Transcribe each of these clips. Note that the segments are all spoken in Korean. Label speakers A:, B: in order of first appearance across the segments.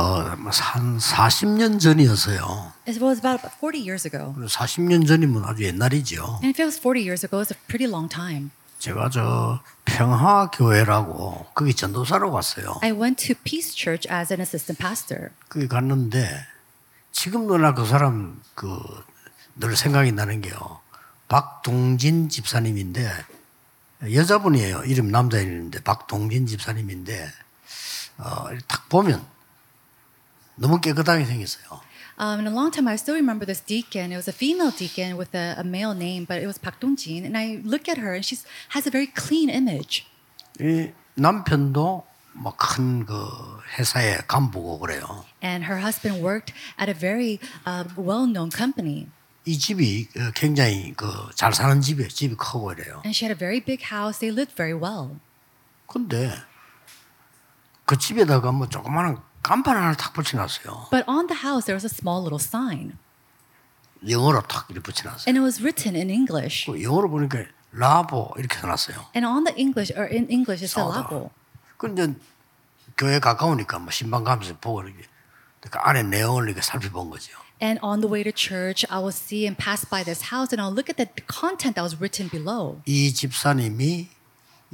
A: 어한 40년 전이었어요.
B: It was about, about 40 years ago.
A: 40년 전이면 아주 옛날이죠.
B: And if it was 40 years ago, it's a pretty long time.
A: 제가 저 평화교회라고 거기 전도사로 갔어요.
B: I went to Peace Church as an assistant pastor.
A: 거기 갔는데 지금도 나 그 사람 그 늘 생각이 나는 게요. 박동진 집사님인데 여자분이에요. 이름 남자 이름인데 박동진 집사님인데 어, 딱 보면 너무 깨끗하게 생겼어요.
B: Um, in a long time, I still remember this deacon. It was a female deacon with a, a male name, but it was Park Dong Jin. And I look at her, and she has a very clean image.
A: 이 남편도 뭐 뭐큰그 회사의 간부고 그래요.
B: And her husband worked at a very uh, well known company.
A: 이 집이 어, 굉장히 그 잘 사는 집이에요. 집이 크고 이래요.
B: And she had a very big house. They lived very well.
A: 근데 그 집에다가 뭐 조그마한 간판 하나 탁 붙여놨어요.
B: But on the house, there was a small little sign,
A: 영어로 탁 이렇게 붙여놨어요.
B: and it was written in English.
A: 그 영어로 보니까 라보 이렇게 써놨어요.
B: And on the English, or in English, it's a
A: Sawda.
B: lago.
A: 근데 교회 가까우니까 뭐 신방 가면서 보고 이렇게 그 안에 내용을 이렇게 살펴본 거죠.
B: And on the way to church, I will see and pass by this house, and I'll look at the content that was written below.
A: 이 집사님이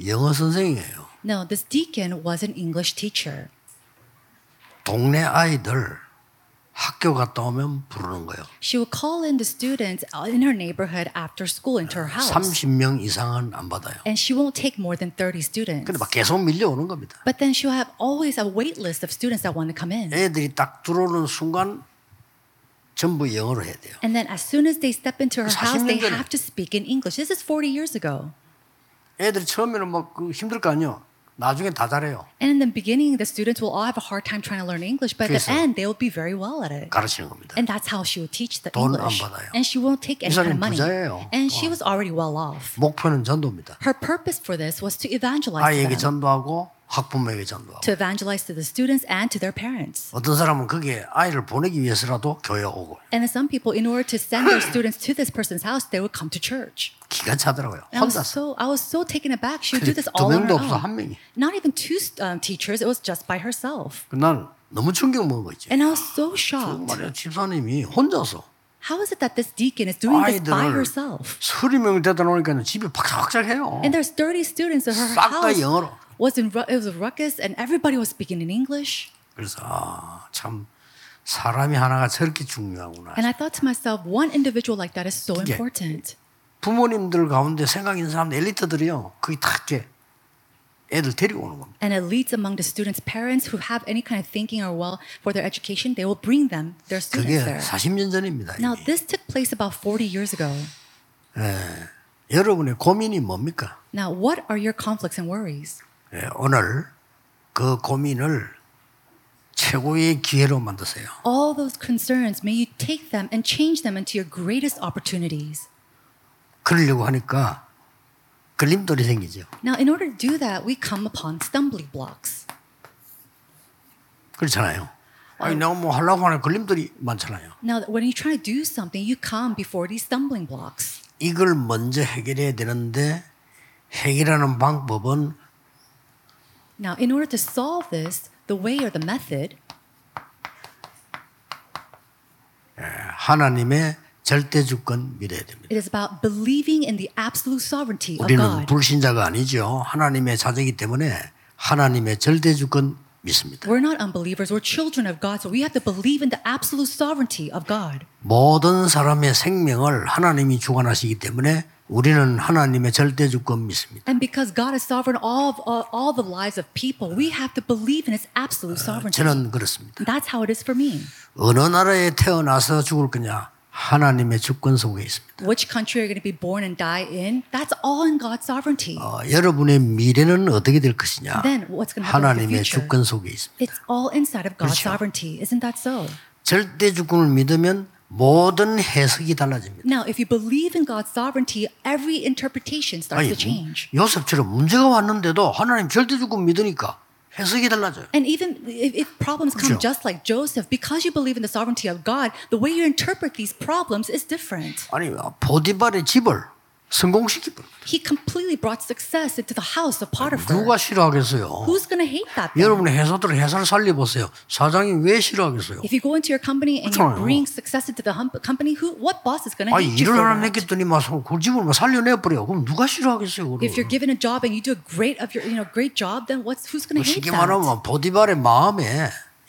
A: 영어 선생이에요.
B: No, this deacon was an English teacher.
A: 동네 아이들 학교 갔다 오면 부르는 거예요.
B: She would call in the students in her neighborhood after school into
A: 아,
B: her house,
A: 30명 이상은 안 받아요.
B: and she won't take more than
A: 근데
B: 30 students.
A: 막 계속 밀려오는 겁니다.
B: But then she'll have always a wait list of students that want to come in.
A: 애들이 딱 들어오는 순간 전부 영어로 해야 돼요.
B: And then as soon as they step into her house, they
A: 40년 전에.
B: have to speak in English. This is 40 years ago.
A: 애들이 처음에는 막 그 힘들 거 아니요. 나중에 다 잘해요.
B: And in the beginning, the students will all have a hard time trying to learn English, but at
A: 그래서.
B: the end, they will be very well at it.
A: 가르치는 겁니다.
B: And that's how she would teach the
A: 돈안
B: English.
A: 받아요.
B: And she won't take any
A: 이
B: kind of
A: 사람이
B: money.
A: 부자예요.
B: And she
A: 어.
B: was already well off.
A: 목표는 전도입니다.
B: Her purpose for this was to evangelize to
A: 아이에게
B: them,
A: 전도하고 학부모에게 전도하고.
B: to evangelize to the students and to their parents.
A: 어떤 사람은 거기에 아이를 보내기 위해서라도 교회 오고
B: And then some people, in order to send their students to this person's house, they would come to church.
A: 기가 차더라고요.
B: And I was
A: 혼자서.
B: so I was so taken aback. She would do this
A: 두
B: all on her
A: 명도 아, 없어
B: own.
A: 한 명이.
B: Not even two um, teachers. It was just by herself.
A: 난 너무 충격 먹은 거 있지.
B: And I was so shocked.
A: 말이야 집사님이 혼자서
B: How is it that this deacon is doing this by
A: 아이들을
B: herself?
A: 서른 명 되다 보니까 집이 박삭박삭해요.
B: And there's 30 students in her
A: 싹다
B: house.
A: 영어로.
B: Was in ru- it was a ruckus, and everybody was speaking in English.
A: 그래서 아, 참 사람이 하나가 저렇게 중요하구나.
B: And I thought to myself, one individual like that is so
A: 이게
B: important.
A: 부모님들 가운데 생각 있는 사람 엘리트들이요. 거기 다 이제 애들 데리고 오는 겁니다.
B: And elites among the students' parents who have any kind of thinking or well for their education, they will bring them their
A: 그게
B: students there.
A: 40년 전입니다.
B: Now,
A: 이게.
B: this took place about 40 years ago.
A: 여러분의 고민이 뭡니까?
B: Now, what are your conflicts and worries?
A: 예, 오늘 그 고민을 최고의 기회로 만드세요.
B: All those concerns, may you take them and change them into your greatest opportunities.
A: 그러려고 하니까 걸림돌이 생기죠.
B: Now, in order to do that, we come upon stumbling blocks.
A: 그렇잖아요. 아니 내가 뭐 하려고 하는 걸림돌이 많잖아요.
B: Now, when you try to do something, you come before these stumbling blocks.
A: 이걸 먼저 해결해야 되는데 해결하는 방법은
B: Now, in order to solve this, the way or the method
A: 하나님의 절대 주권 믿어야 됩니다.
B: It is about believing in the absolute sovereignty of
A: 우리는
B: God.
A: 불신자가 아니죠. 하나님의 자녀이기 때문에 하나님의 절대 주권 믿습니다.
B: We're not unbelievers, we're children of God, so we have to believe in the absolute sovereignty of God.
A: 모든 사람의 생명을 하나님이 주관하시기 때문에 우리는 하나님의 절대 주권 믿습니다.
B: And because God is sovereign all of all, all the lives of people, we have to believe in his absolute sovereignty.
A: 저는 그렇습니다.
B: That's how it is for me.
A: 어느 나라에 태어나서 죽을 거냐? 하나님의 주권 속에 있습니다.
B: Which country are you going to be born and die in? That's all in God's sovereignty.
A: 어, 여러분의 미래는 어떻게 될 것이냐?
B: Then what's going to happen in the
A: 하나님의
B: future?
A: 주권 속에 있습니다.
B: It's all inside of God's
A: 그렇죠.
B: sovereignty. Isn't that so?
A: 절대 주권을 믿으면 모든 해석이 달라집니다.
B: Now, if you believe in God's sovereignty, every interpretation starts to change.
A: 요셉처럼 문제가 왔는데도 하나님 절대 주권 믿으니까 해석이 달라져요.
B: And even if, if problems come
A: 그죠.
B: just like Joseph, because you believe in the sovereignty of God, the way you interpret these problems is different.
A: 아니 보디발의 집을 성공시킨 거예요.
B: He completely brought success into the house of Potiphar.
A: 누가 싫어하겠어요?
B: Who's going to hate that? then?
A: 여러분의 회사들 회사를 살려보세요. 사장이 왜 싫어하겠어요?
B: If you go into your company and you
A: 그렇잖아요.
B: bring success into the hum- company, who, what boss is going to
A: 아
B: hate you?
A: 일을
B: For
A: 하나
B: that?
A: 했겠더니 막 성- 그 집을 막 살려내버려. 그럼 누가 싫어하겠어요? 그걸?
B: If you're given a job and you do a great of your, you know, great job, then what's who's
A: 뭐
B: going to hate
A: 쉽게
B: that?
A: 말하면 보디발의 마음에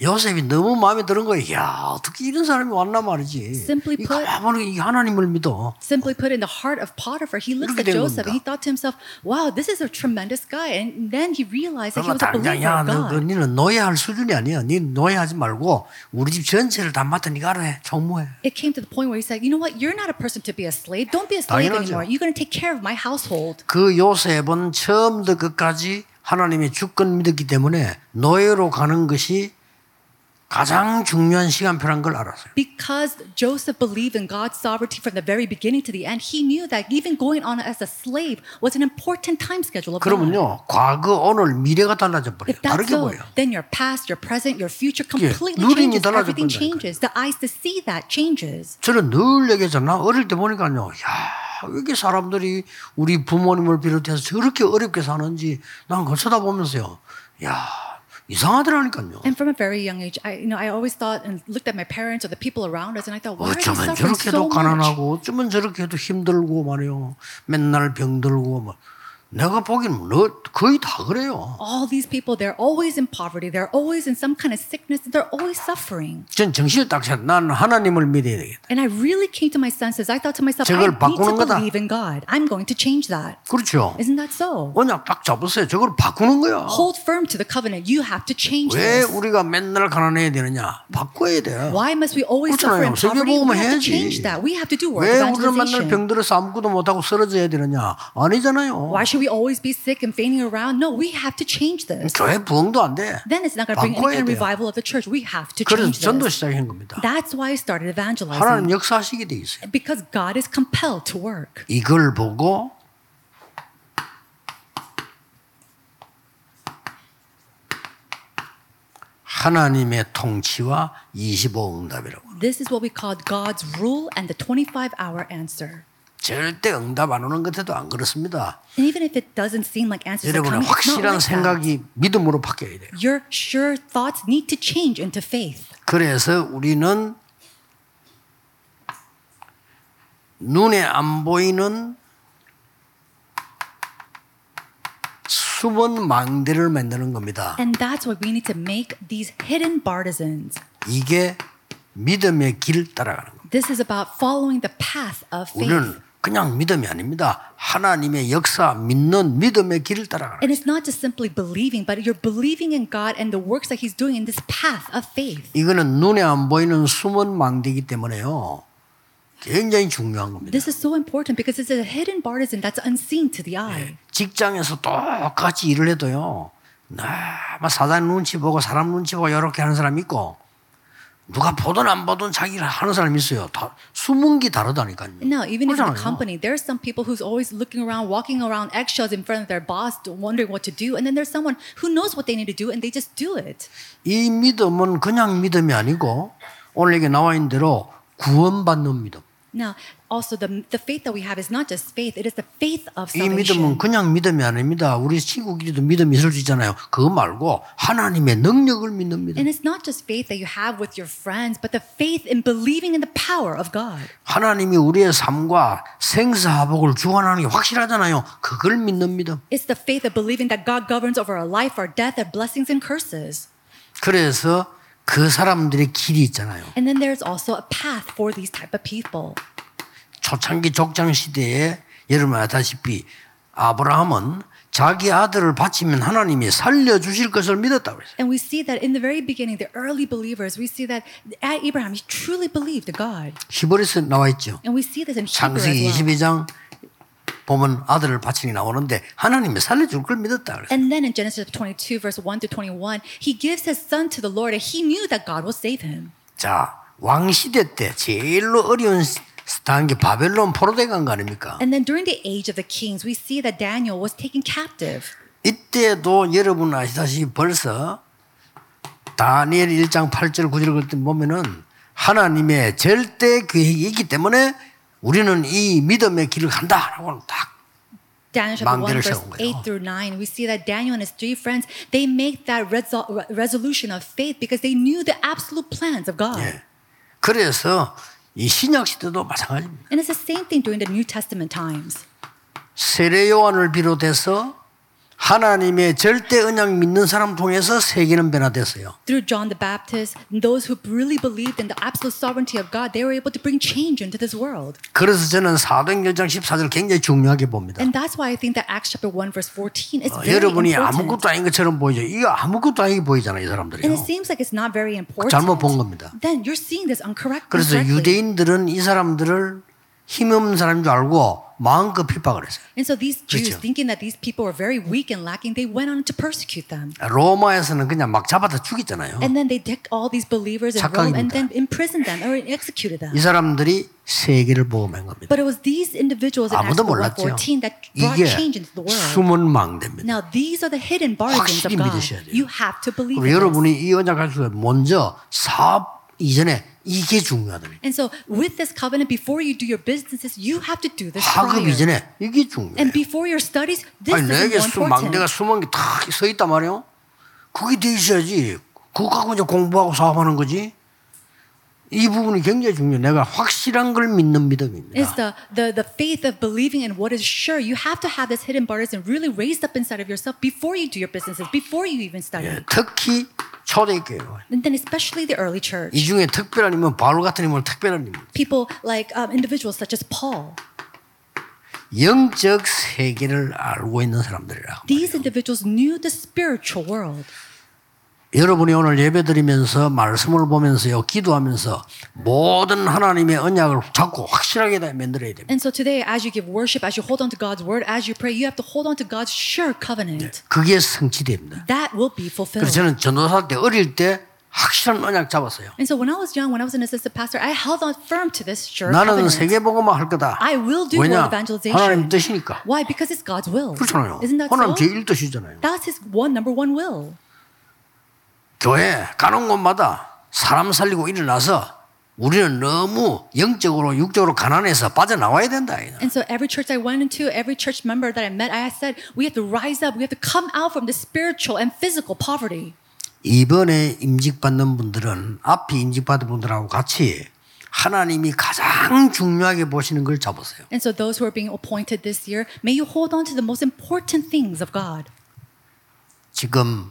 A: 요셉이 너무 마음에 드는 거예요. 야 어떻게 이런 사람이 왔나 말이지.
B: Simply
A: 이
B: put-
A: 가만히 이 하나님을 믿어.
B: Simply put, in the heart of Potiphar, he looked
A: 이렇게
B: at
A: 된
B: Joseph and
A: 겁니다.
B: he thought to himself, "Wow, this is a tremendous guy." And then he realized that he
A: 그러면
B: was a believer
A: 당장 야 너,
B: of
A: 너,
B: God.
A: 너는 노예할 수준이 아니야. 니 노예하지 말고 우리 집 전체를 다 맡아 니가 알아. 해. 정무해.
B: It came to the point where he said, "You know what? You're not a person to be a slave. Don't be a slave
A: 당연하죠.
B: anymore. You're going to take care of my household."
A: 그 요셉은 처음부터 끝까지 하나님의 주권 믿었기 때문에 노예로 가는 것이 가장 중요한 시간표란 걸 알았어요.
B: Because Joseph believed in God's sovereignty from the very beginning to the end, he knew that even going on as a slave was an important time schedule of God.
A: 그러면요, 과거, 오늘, 미래가 달라져 버려요.
B: If that's
A: 다르게
B: so,
A: 보여요.
B: then your past, your present, your future
A: 예,
B: completely
A: 눈이
B: changes.
A: 달라져
B: Everything
A: 버린다니까요.
B: changes. The eyes to see that changes.
A: 저는 늘 얘기했잖아. 어릴 때 보니까요, 야, 왜 이렇게 사람들이 우리 부모님을 비롯해서 저렇게 어렵게 사는지 난 그걸 쳐다보면서요, 야, 이상하더라니까요.
B: And from a very young age, I, you know, I always thought and looked at my parents or the people around us, and I thought, why are they
A: 어쩌면
B: suffering so
A: 저렇게도
B: much?
A: 가난하고 어쩌면 저렇게도 힘들고 말이요. 맨날 병들고 뭐. 내가 보기엔 뭐 너, 거의 다 그래요.
B: All these people, they're always in poverty. They're always in some kind of sickness. And they're always suffering.
A: 전 정신을 딱 차려. 난 하나님을 믿어야 되겠다.
B: And I really came to my senses. I thought to myself, I
A: 저걸
B: need to
A: 바꾸는 거다.
B: believe in God. I'm going to change that.
A: 그렇죠.
B: Isn't that so?
A: 언약 딱 잡으세요. 저걸 바꾸는 거야.
B: Hold firm to the covenant. You have to change
A: 왜
B: this.
A: 우리가 맨날 가난해야 되느냐? 바꿔야 돼.
B: Why must we always suffer in
A: 그렇잖아요.
B: poverty?
A: 세계복음을
B: We
A: 해야지.
B: have to change that. We have to do work
A: 왜 우리는 맨날
B: evangelization.
A: 병들어서 아무것도 못하고 쓰러져야 되느냐? 아니잖아요.
B: Why should we always be sick and fainting around? No, we have to change this.
A: 교회 부흥도 안 돼.
B: Then it's not going to bring any
A: 바꿔야
B: kind of
A: 돼요.
B: revival of the church. We have to
A: 그래서
B: change
A: 전도
B: this.
A: 시작한 겁니다.
B: That's why I started evangelizing.
A: 하나님 역사하시게 돼 있어요.
B: Because God is compelled to work.
A: 이걸 보고 하나님의 통치와 25응답이라고.
B: This is what we called God's rule and the 25 hour answer.
A: 절대 응답 안 오는 것에도 안 그렇습니다.
B: And even if it doesn't seem like answers are
A: 여러분의
B: coming, it's not
A: 확실한
B: like that.
A: 생각이 믿음으로 바뀌어야 돼요.
B: Your sure thoughts need to change into faith.
A: 그래서 우리는 눈에 안 보이는 숨은 망대를 만드는 겁니다.
B: And that's why we need to make these hidden partisans.
A: 이게 믿음의 길 따라가는 겁니다.
B: This is about following the path of faith.
A: 우리는 그냥 믿음이 아닙니다. 하나님의 역사 믿는 믿음의 길을 따라가는 거예요.
B: And it's not just simply believing, but you're believing in God and the works that He's doing in this path of faith.
A: 이거는 눈에 안 보이는 숨은 망대이기 때문에요. 굉장히 중요한 겁니다.
B: This is so important because it's a hidden partisan that's unseen to the eye.
A: 직장에서 똑같이 일을 해도요. 나, 막 사장 눈치 보고 사람 눈치 보고 이렇게 하는 사람이 있고 누가 보든 안 보든 자기를 하는 사람이 있어요. 다, 숨은 게 다르다니까요.
B: No, even if in the
A: 그러잖아요.
B: company, there's some people who's always looking around, walking around eggshells in front of their boss, wondering what to do. And then there's someone who knows what they need to do and they just do it.
A: 이 믿음은 그냥 믿음이 아니고 오늘 여기 나와 있는 대로 구원받는 믿음.
B: Now, also, the, the faith that we have is not just faith, it is the faith of
A: 이 믿음은
B: salvation.
A: 그냥 믿음이 아닙니다. 우리 친구끼리도 믿음이 있을 수 있잖아요. 그거 말고 하나님의 능력을 믿는 믿음.
B: And it's not just faith that you have with your friends, but the faith in believing in the power of God.
A: 하나님이 우리의 삶과 생사하복을 주관하는 게 확실하잖아요. 그걸 믿는 믿음.
B: It's the faith of believing that God governs over our life, our death, our blessings, and curses.
A: 그래서 그 사람들의 길이 있잖아요.
B: And then there's also a path for these type of people.
A: 초창기 족장 시대에 여러분 아다시피 아브라함은 자기 아들을 바치면 하나님이 살려주실 것을 믿었다고 했어요.
B: And we see that in the very beginning, the early believers, we see that at Abraham, he truly believed God.
A: 히브리서 나와 있죠.
B: And we see this in Hebrew
A: 창세기
B: as well.
A: 22장 보면 아들을 바치니 나오는데 하나님이 살려줄 걸 믿었다 그랬어요.
B: And then in Genesis 22, verse 1 to 21, he gives his son to the Lord, and he knew that God will save him.
A: 자, 왕시대 때 제일로 어려운 시- 단계 바벨론 포로대 간거 아닙니까?
B: And then during the age of the kings, we see that Daniel was taken captive.
A: 이때도 여러분 아시다시피 벌써 다니엘 1장 8절 9절 그때 보면은 하나님의 절대 계획이 있기 때문에 우리는 이 믿음의 길을 간다라고 다
B: Daniel chapter 1
A: 망대를
B: verse
A: 세운 거죠.
B: 8 through 9 we see that Daniel and his three friends they make that resol- re- resolution of faith because they knew the absolute plans of God.
A: 예. 그래서 이 신약 시대도 마찬가지입니다.
B: And it's the same thing during the New Testament times.
A: 세례 요한을 비롯해서 하나님의 절대 언약 믿는 사람 통해서 세계는 변화됐어요.
B: Through John the Baptist, those who really believed in the absolute sovereignty of God, they were able to bring change into this world.
A: 그래서 저는 사도행전 14절 굉장히 중요하게 봅니다.
B: And that's why I think that Acts chapter 1 verse 14 is
A: 어,
B: very
A: 여러분이
B: important.
A: 아무것도 아닌 것처럼 보이죠. 이거 아무것도 아니게 보이잖아요, 이 사람들이. 어,
B: And it seems like it's not very
A: 잘못 본
B: important.
A: 겁니다.
B: Then you're seeing this incorrect.
A: 그래서
B: incorrectly.
A: 유대인들은 이 사람들을 힘없는 사람인 줄 알고 마음껏 핍박을 했어요.
B: And so these Jews,
A: 그렇죠.
B: thinking that these people were very weak and lacking, they went on to persecute them.
A: 로마에서는 그냥 막 잡아다 죽이잖아요.
B: And then they took all these believers in Rome and then imprisoned them or executed them.
A: 이 사람들이 세계를 보험한 겁니다.
B: But it was these individuals in Acts
A: 아무도 몰랐죠.
B: 1:14 that brought
A: 이게
B: change into the world.
A: 숨은 망대입니다.
B: Now these are the hidden bargains of
A: 확실히
B: God.
A: 믿으셔야 돼요.
B: You have to believe
A: 그럼
B: in this.
A: 여러분이 이 언약 가지고 먼저 사업 이전에 이게 중요하답니다.
B: And so with this covenant, before you do your businesses, you have to do this
A: 학업
B: prior.
A: 이전에 이게 중요해요.
B: And before your studies, this
A: 아니
B: is
A: 내게
B: more
A: 수, 망대가
B: important.
A: 숨은 게탁서 있단 말이에요. 그게 돼 있어야지. 그거 갖고 이제 공부하고 사업하는 거지. 이 부분이 굉장히 중요해. 내가 확실한 걸 믿는
B: It's
A: 믿음입니다.
B: the, the, the faith of believing in what is sure. You have to have this hidden barriers and really raised up inside of yourself before you do your businesses, before you even study.
A: 예, 특히 초대교회.
B: And then especially the early church.
A: 이 중에 특별한 인물, 바울 같은 인물, 특별한 인물.
B: People like um, individuals such as Paul.
A: 영적 세계를 알고 있는 사람들이라.
B: These individuals knew the spiritual world.
A: 여러분이 오늘 예배드리면서 말씀을 보면서요, 기도하면서 모든 하나님의 언약을 자꾸 확실하게 다 만들어야 됩니다.
B: And so today, as you give worship, as you hold on to God's word, as you pray, you have to hold on to God's sure covenant.
A: 그게 성취됩니다.
B: That will be
A: 그래서
B: fulfilled.
A: 저는 전도사 때 어릴 때 확실한 언약 잡았어요.
B: And so when I was young, when I was an assistant pastor, I held on firm to this sure
A: 나는
B: covenant.
A: 세계복음만 할 거다.
B: I will do
A: 왜냐?
B: world evangelization.
A: 하나님 뜻이니까.
B: Why? Because it's God's will.
A: 그렇잖아요.
B: Isn't that
A: 하나님
B: so?
A: 제일 뜻이잖아요.
B: That's his one number one will.
A: 교회 가는 곳마다 사람 살리고 일어나서 우리는 너무 영적으로 육적으로 가난해서 빠져나와야 된다. 이거.
B: And so every church I went into, every church member that I met, I said, we have to rise up. We have to come out from the spiritual and physical poverty.
A: 이번에 임직받는 분들은 앞에 임직받은 분들하고 같이 하나님이 가장 중요하게 보시는 걸 잡으세요.
B: And so those who are being appointed this year, may you hold on to the most important things of God.
A: 지금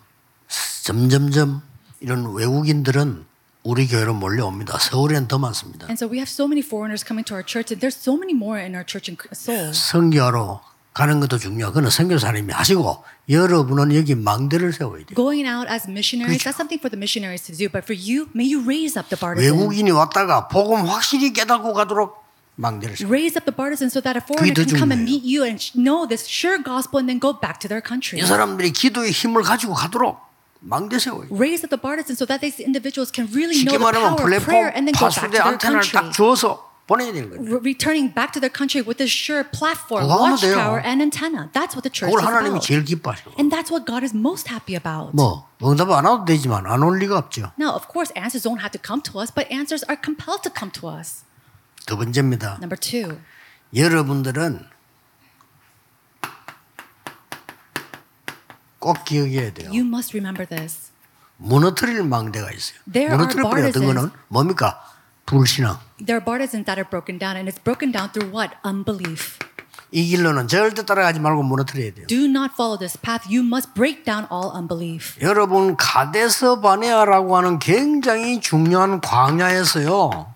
A: 점점점 이런 외국인들은 우리 교회로 몰려옵니다. 서울엔 더 많습니다.
B: And so we have so many foreigners coming to our church, and there's so many more in our church in Seoul.
A: 선교하러 가는 것도 중요. 그는 선교사님이 하시고 여러분은 여기 망대를 세워야 돼요.
B: Going out as missionaries, that's something for the missionaries to do. But for you, may you raise up the partisans.
A: 외국인이 왔다가 복음 확실히 깨닫고 가도록 망대를 세워.
B: Raise up the partisans so that a foreigner
A: 더
B: can come
A: 중요해요.
B: and meet you and sh- know this sure gospel and then go back to their country.
A: 이 사람들이 기도의 힘을 가지고 가도록 망대 세워요.
B: raise up the partisans so that these individuals can really know
A: 쉽게
B: the
A: 말하면
B: power of
A: 플랫폼
B: prayer and then go back to
A: 파수대
B: their
A: 안테나를
B: country.
A: 딱 주어서 보내야 되는 거예요.
B: Re- returning back to their country with this sure platform,
A: 그거 하면
B: watchtower,
A: 돼요.
B: and antenna. That's what the church is
A: 그걸 하나님이
B: about.
A: 제일 기뻐하시고.
B: And that's what God is most happy about.
A: 뭐 응답 안 와도 되지만 안 올 리가 없죠.
B: Now, of course, answers don't have to come to us, but answers are compelled to come to us.
A: 두 번째입니다.
B: Number two,
A: 여러분들은 꼭 기억해야 돼요.
B: you must remember this.
A: 무너뜨릴 망대가 있어요.
B: There are
A: 무너뜨릴 뻔 어떤 거는
B: partisans.
A: 뭡니까? 불신앙.
B: There are partisans that are broken down, and it's broken down through what? Unbelief.
A: 이 길로는 절대 따라가지 말고 무너뜨려야 돼요.
B: Do not follow this path. You must break down all unbelief.
A: 여러분 가데스 바네아라고 하는 굉장히 중요한 광야에서요.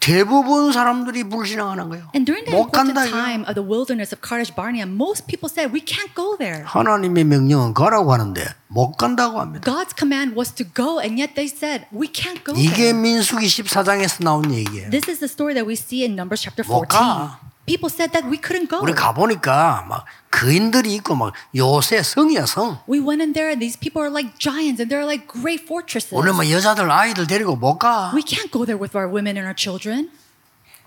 A: 대부분 사람들이 불신앙하는 거예요.
B: And during that
A: 못
B: important
A: 간다. 이거예요.
B: time of the wilderness of Kadesh Barnea, most people said, We can't go there.
A: 하나님의 명령은 가라고 하는데 못 간다고 합니다.
B: God's command was to go, and yet they said, We can't go
A: 이게
B: there.
A: 민수기 14장에서 나온 얘기예요.
B: This is the story that we see in Numbers chapter
A: 못
B: 14.
A: 가.
B: People said that we couldn't go.
A: 우리 가보니까 막 거인들이 있고 막 요새 성이야 성.
B: We went in there, and these people are like giants, and they're like great fortresses.
A: 오늘 뭐 여자들 아이들 데리고 못 가.
B: We can't go there with our women and our children.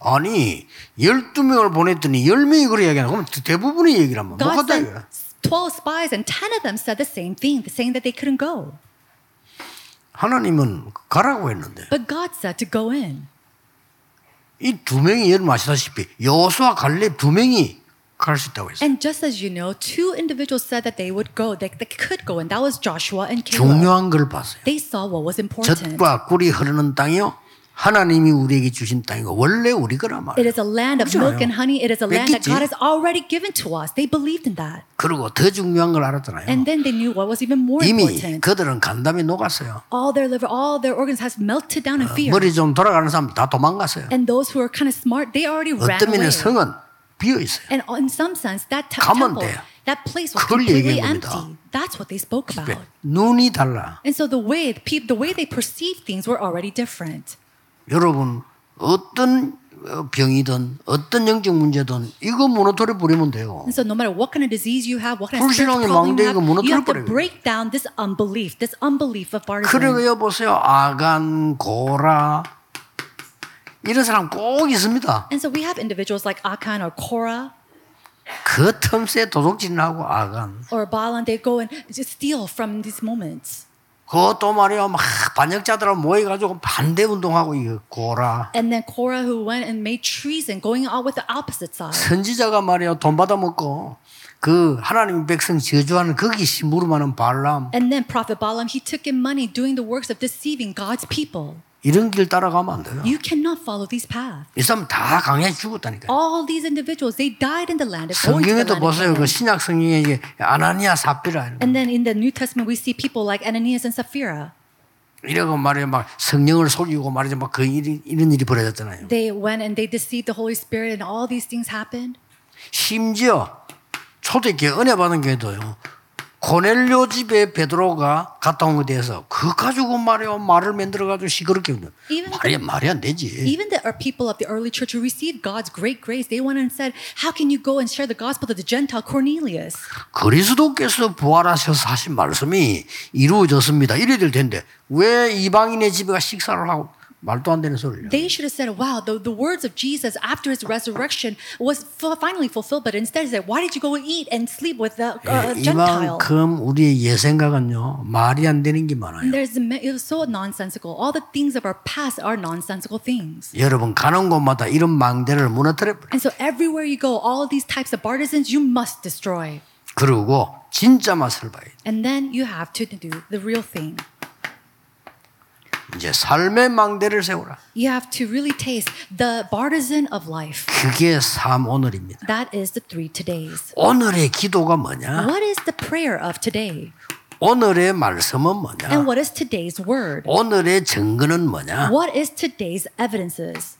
A: 아니 12명을 보냈더니 10명이 그래 얘기하는 그럼 대부분의 얘기를 한번 못
B: God
A: 갔다
B: sent
A: 이거야.
B: 12 spies, and 10 of them said the same thing, saying that they couldn't go.
A: 하나님은 가라고 했는데
B: But God said to go in.
A: 이 두 명이 여러분 아시다시피 여호수아 갈렙 두 명이 갈 수 있다고 했어요.
B: And just as you know, two individuals said that they would go, they, they could go, and that was Joshua and Caleb.
A: 중요한 걸 봤어요.
B: They saw what was important.
A: 젖과 꿀이 흐르는 땅이요. 하나님이 우리에게 주신 땅이고 원래 우리 거란
B: It
A: 말이에요.
B: is a land of milk and honey. It is a land that
A: 뺏기지.
B: God has already given to us. They believed in that.
A: 그리고 더 중요한 걸 알았잖아요.
B: And then they knew what was even more
A: 이미
B: important.
A: 그들은 간담이 녹았어요.
B: All their liver, all their organs has melted down in fear.
A: 머리 좀 돌아가는 사람 다 도망갔어요.
B: And those who are kind of smart, they already ran
A: 어떤 면에
B: away.
A: 성은 비어 있어요.
B: And in some sense, that t-
A: 가면
B: temple,
A: 돼요.
B: that place was
A: 그걸
B: completely
A: 얘기한 겁니다.
B: empty. That's what they spoke about.
A: 눈이 달라.
B: And so the way the, peop the way they perceived things were already different.
A: 여러분 어떤 어, 병이든 어떤 영적 문제든 이거 무너뜨려 버리면 돼요.
B: And so no matter what kind of disease you have, what kind of
A: 불신앙의
B: spiritual problem you have,
A: 망대기가
B: you have to
A: 무너뜨려버려요.
B: break down this unbelief, this unbelief of
A: 그리고
B: Bartimaeus.
A: 여보세요 아간 고라 이런 사람 꼭 있습니다.
B: And so we have individuals like Akan or Korah
A: 그 틈새 도둑질하고 아간
B: or Balan, they go and just steal from these moments.
A: 그것도 말이야 막 반역자들하고 모여가지고 반대 운동하고 이거 고라
B: And then Korah who went and made treason, going out with the opposite side.
A: 선지자가 말이야 돈 받아먹고 그 하나님 백성 저주하는 거기 시무르마는 발람
B: And then Prophet Balaam, he took in money doing the works of deceiving God's people.
A: 이런 길 따라가면 안 돼요.
B: You cannot follow these paths.
A: 이 사람 다 강해 죽었다니까요.
B: All these individuals, they died in the land of going to the
A: 성경에도
B: land of
A: 보세요. 음. 그 신약
B: Canaan.
A: 성경에 이게 아나니아 사피라 이런 거.
B: And then in the New Testament, we see people like Ananias and Sapphira.
A: 이러고 말이야 막 성령을 속이고 말이죠 막그 일이 이런 일이 벌어졌잖아요.
B: They went and they deceived the Holy Spirit, and all these things happened.
A: 심지어 초대교회 은혜 받은 교회도요. 고넬료 집에 베드로가 갔다 온 것에 대해서 그 가지고 말이야 말을 만들어 가지고 시끄럽게 운다.
B: 이분-
A: 말이야 말이 안 되지.
B: Even the our people of the early church who received God's great grace, they went and said, How can you go and share the gospel to the Gentile Cornelius?
A: 그리스도께서 부활하셔서 하신 말씀이 이루어졌습니다. 이래 될 텐데 왜 이방인의 집에 가 식사를 하고 말도 안 되는 소리를.
B: They should have said, Wow, the, the words of Jesus after his resurrection was fu- finally fulfilled. But instead, he said, Why did you go and eat and sleep with the uh, Gentile?
A: 이만큼 우리의 예생각은요 말이 안 되는 게 많아요.
B: There's, ma- it was so nonsensical. All the things of our past are nonsensical things.
A: 여러분 가는 곳마다 이런 망대를 무너뜨려 버려.
B: And so everywhere you go, all these types of partisans you must destroy.
A: 그리고 진짜 맛을 봐야 돼.
B: And then you have to do the real thing.
A: 이제 삶의 망대를 세우라.
B: You have to really taste the partisan of life.
A: 그게 삶 오늘입니다.
B: That is the three todays.
A: 오늘의 기도가 뭐냐?
B: What is the prayer of today?
A: 오늘의 말씀은
B: And
A: 뭐냐?
B: what is today's word?
A: 오늘의 증거는 뭐냐?
B: What is today's evidences?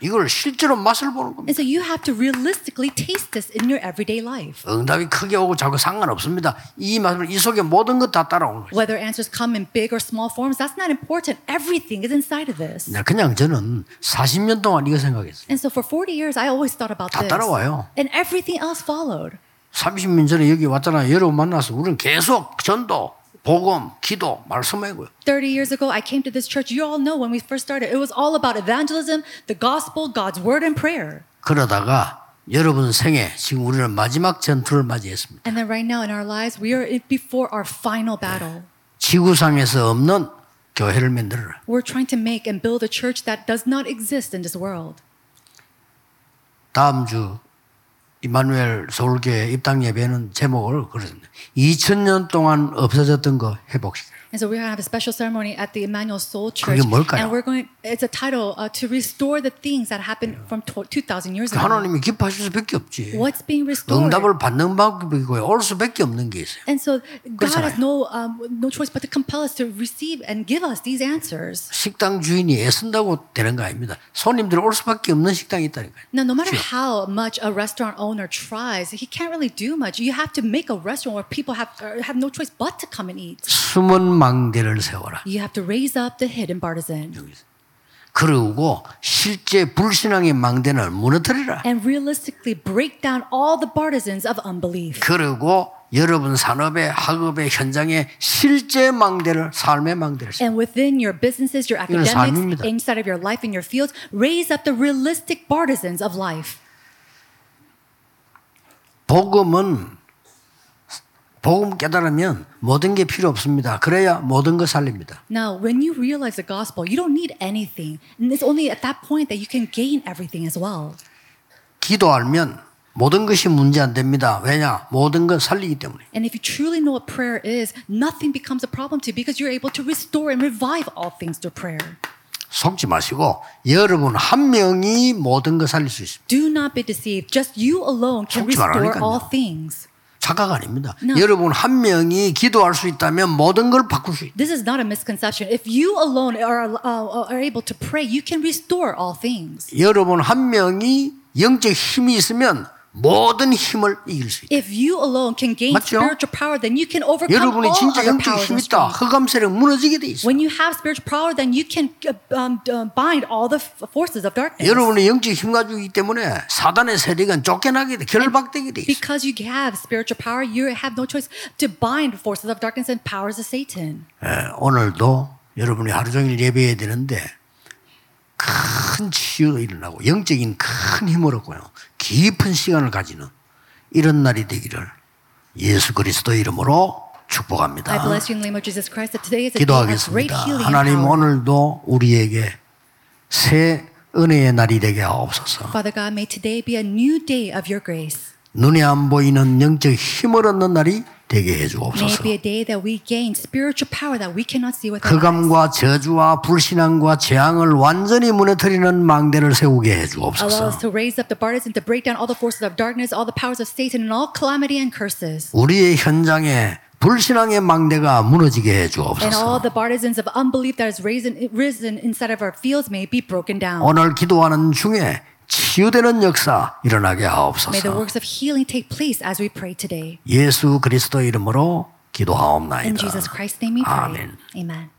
A: 이걸 실제로 맛을 보는 겁니다.
B: And so you have to realistically taste this in your everyday life.
A: 응답이 크게 오고 작고 상관없습니다. 이 말씀 이 속에 모든 것 다 따라오는 거죠.
B: Whether answers come in big or small forms, that's not important. Everything is inside of this.
A: 네, 그냥 저는 40년 동안 이거 생각했어요.
B: And so for 40 years, I always thought about
A: 다
B: this.
A: 따라와요.
B: And everything else followed.
A: 30년 전에 여기 왔잖아요. 여러분 만나서 우리는 계속 전도, 복음, 기도, 말씀하고요.
B: 30 years ago, I came to this church. You all know when we first started, it was all about evangelism, the gospel, God's word, and prayer.
A: 그러다가 여러분 생에 지금 우리는 마지막 전투를 맞이했습니다.
B: And then right now in our lives, we are in- before our final battle.
A: 지구상에서 없는 교회를 만들어라.
B: We're trying to make and build a church that does not exist in this world.
A: 다음 주 이마누엘 서울교회 입당 예배는 제목을 그렇습니다. 2000년 동안 없어졌던 거 회복시켜.
B: And so we're going to have a special ceremony at the Emmanuel Soul
A: 그게
B: Church.
A: 뭘까요?
B: And we're going, it's a title uh, to restore the things that happened from tw- 2,000 years ago.
A: 하나님이 기뻐하실 수밖에 없지.
B: What's being restored?
A: 응답을 받는 방법이고요. 올 수밖에 없는 게 있어요.
B: And so God
A: 그렇잖아요.
B: has no, um, no choice but to compel us to receive and give us these answers.
A: 식당 주인이 애쓴다고 되는 거 아닙니다. 손님들이 올 수밖에 없는 식당이 있다니까요.
B: Now, no matter
A: Sure.
B: how much a restaurant owner tries, he can't really do much. You have to make a restaurant where people have uh, have no choice but to come and eat.
A: 숨은 망대를 세워라.
B: You have to raise up the hidden partisan
A: 그리고 실제 불신앙의 망대는 무너뜨리라.
B: and realistically break down all the partisans of unbelief.
A: 그리고 여러분 산업의 학업의 현장에 실제 망대를 삶의 망대를 세워라.
B: And within your businesses, your
A: 이건
B: academics,
A: 삶입니다.
B: inside of your life, in your fields, raise up the realistic partisans of life.
A: 복음은 복음 깨달으면 모든 게 필요 없습니다. 그래야 모든 걸 살립니다.
B: Now, when you realize the gospel, you don't need anything. And it's only at that point that you can gain everything as well.
A: 기도 알면 모든 것이 문제 안 됩니다. 왜냐? 모든 건 살리기 때문에.
B: And if you truly know what prayer is, nothing becomes a problem to you because you're able to restore and revive all things through prayer.
A: 속지 마시고 여러분 한 명이 모든 걸 살릴 수 있습니다.
B: Do not be deceived. Just you alone can
A: 속지 말라니까요.
B: restore all things.
A: 착각 아닙니다.
B: No.
A: 여러분 한 명이 기도할 수 있다면 모든 걸 바꿀 수 있다.
B: This is not a misconception. If you alone are, uh, are able to pray, you can restore all things.
A: 여러분 한 명이 영적 힘이 있으면 모든 힘을 이길 수 있다.
B: If you alone can gain
A: 맞죠?
B: spiritual power, then you can overcome
A: 그 여러분이
B: all
A: 진짜
B: other
A: 영적
B: powers
A: 힘
B: and
A: 있다.
B: strength.
A: 흑암 세력 무너지게 돼 있어.
B: When you have spiritual power, then you can uh, um, uh, bind all the f- forces of darkness.
A: 여러분의 영적 힘 가지고 있기 때문에 사단의 세력은 쫓겨나게 돼. 결박되게 돼 있어.
B: Because you have spiritual power, you have no choice to bind forces of darkness and powers of Satan.
A: 예, 오늘도 여러분이 하루 종일 예배해야 되는데 큰 치유가 일어나고 영적인 큰 힘을 얻고요. 깊은 시간을 가지는 이런 날이 되기를 예수 그리스도 이름으로
B: I
A: 축복합니다.
B: bless you in the name of Jesus Christ that today is a day of
A: Ah.
B: great
A: 기도하겠습니다.
B: healing and
A: 하나님
B: power.
A: 오늘도 우리에게 새 은혜의 날이 되게 하옵소서.
B: Father God, may today be a new day of your grace.
A: 눈에 안 보이는 영적 힘을 얻는 날이 되게
B: May
A: 해주옵소서.
B: it be a day that we gain spiritual power that we cannot see with our eyes.
A: 흑암과 저주와 불신앙과 재앙을 완전히 무너뜨리는 망대를 세우게
B: Allow
A: 해주옵소서.
B: us to raise up the burdens and to break down all the forces of darkness, all the powers of Satan, and all calamity and curses.
A: 우리의 현장에 불신앙의 망대가 무너지게
B: And all
A: 해주옵소서.
B: the partisans of unbelief that has risen, risen inside of our fields may be broken down.
A: 오늘 기도하는 중에 치유되는 역사 일어나게
B: May the
A: 하옵소서.
B: works of healing take place as we pray today.
A: 예수 그리스도 이름으로
B: In
A: 기도하옵나이다.
B: Jesus Christ's name we pray.
A: 아멘.
B: Amen.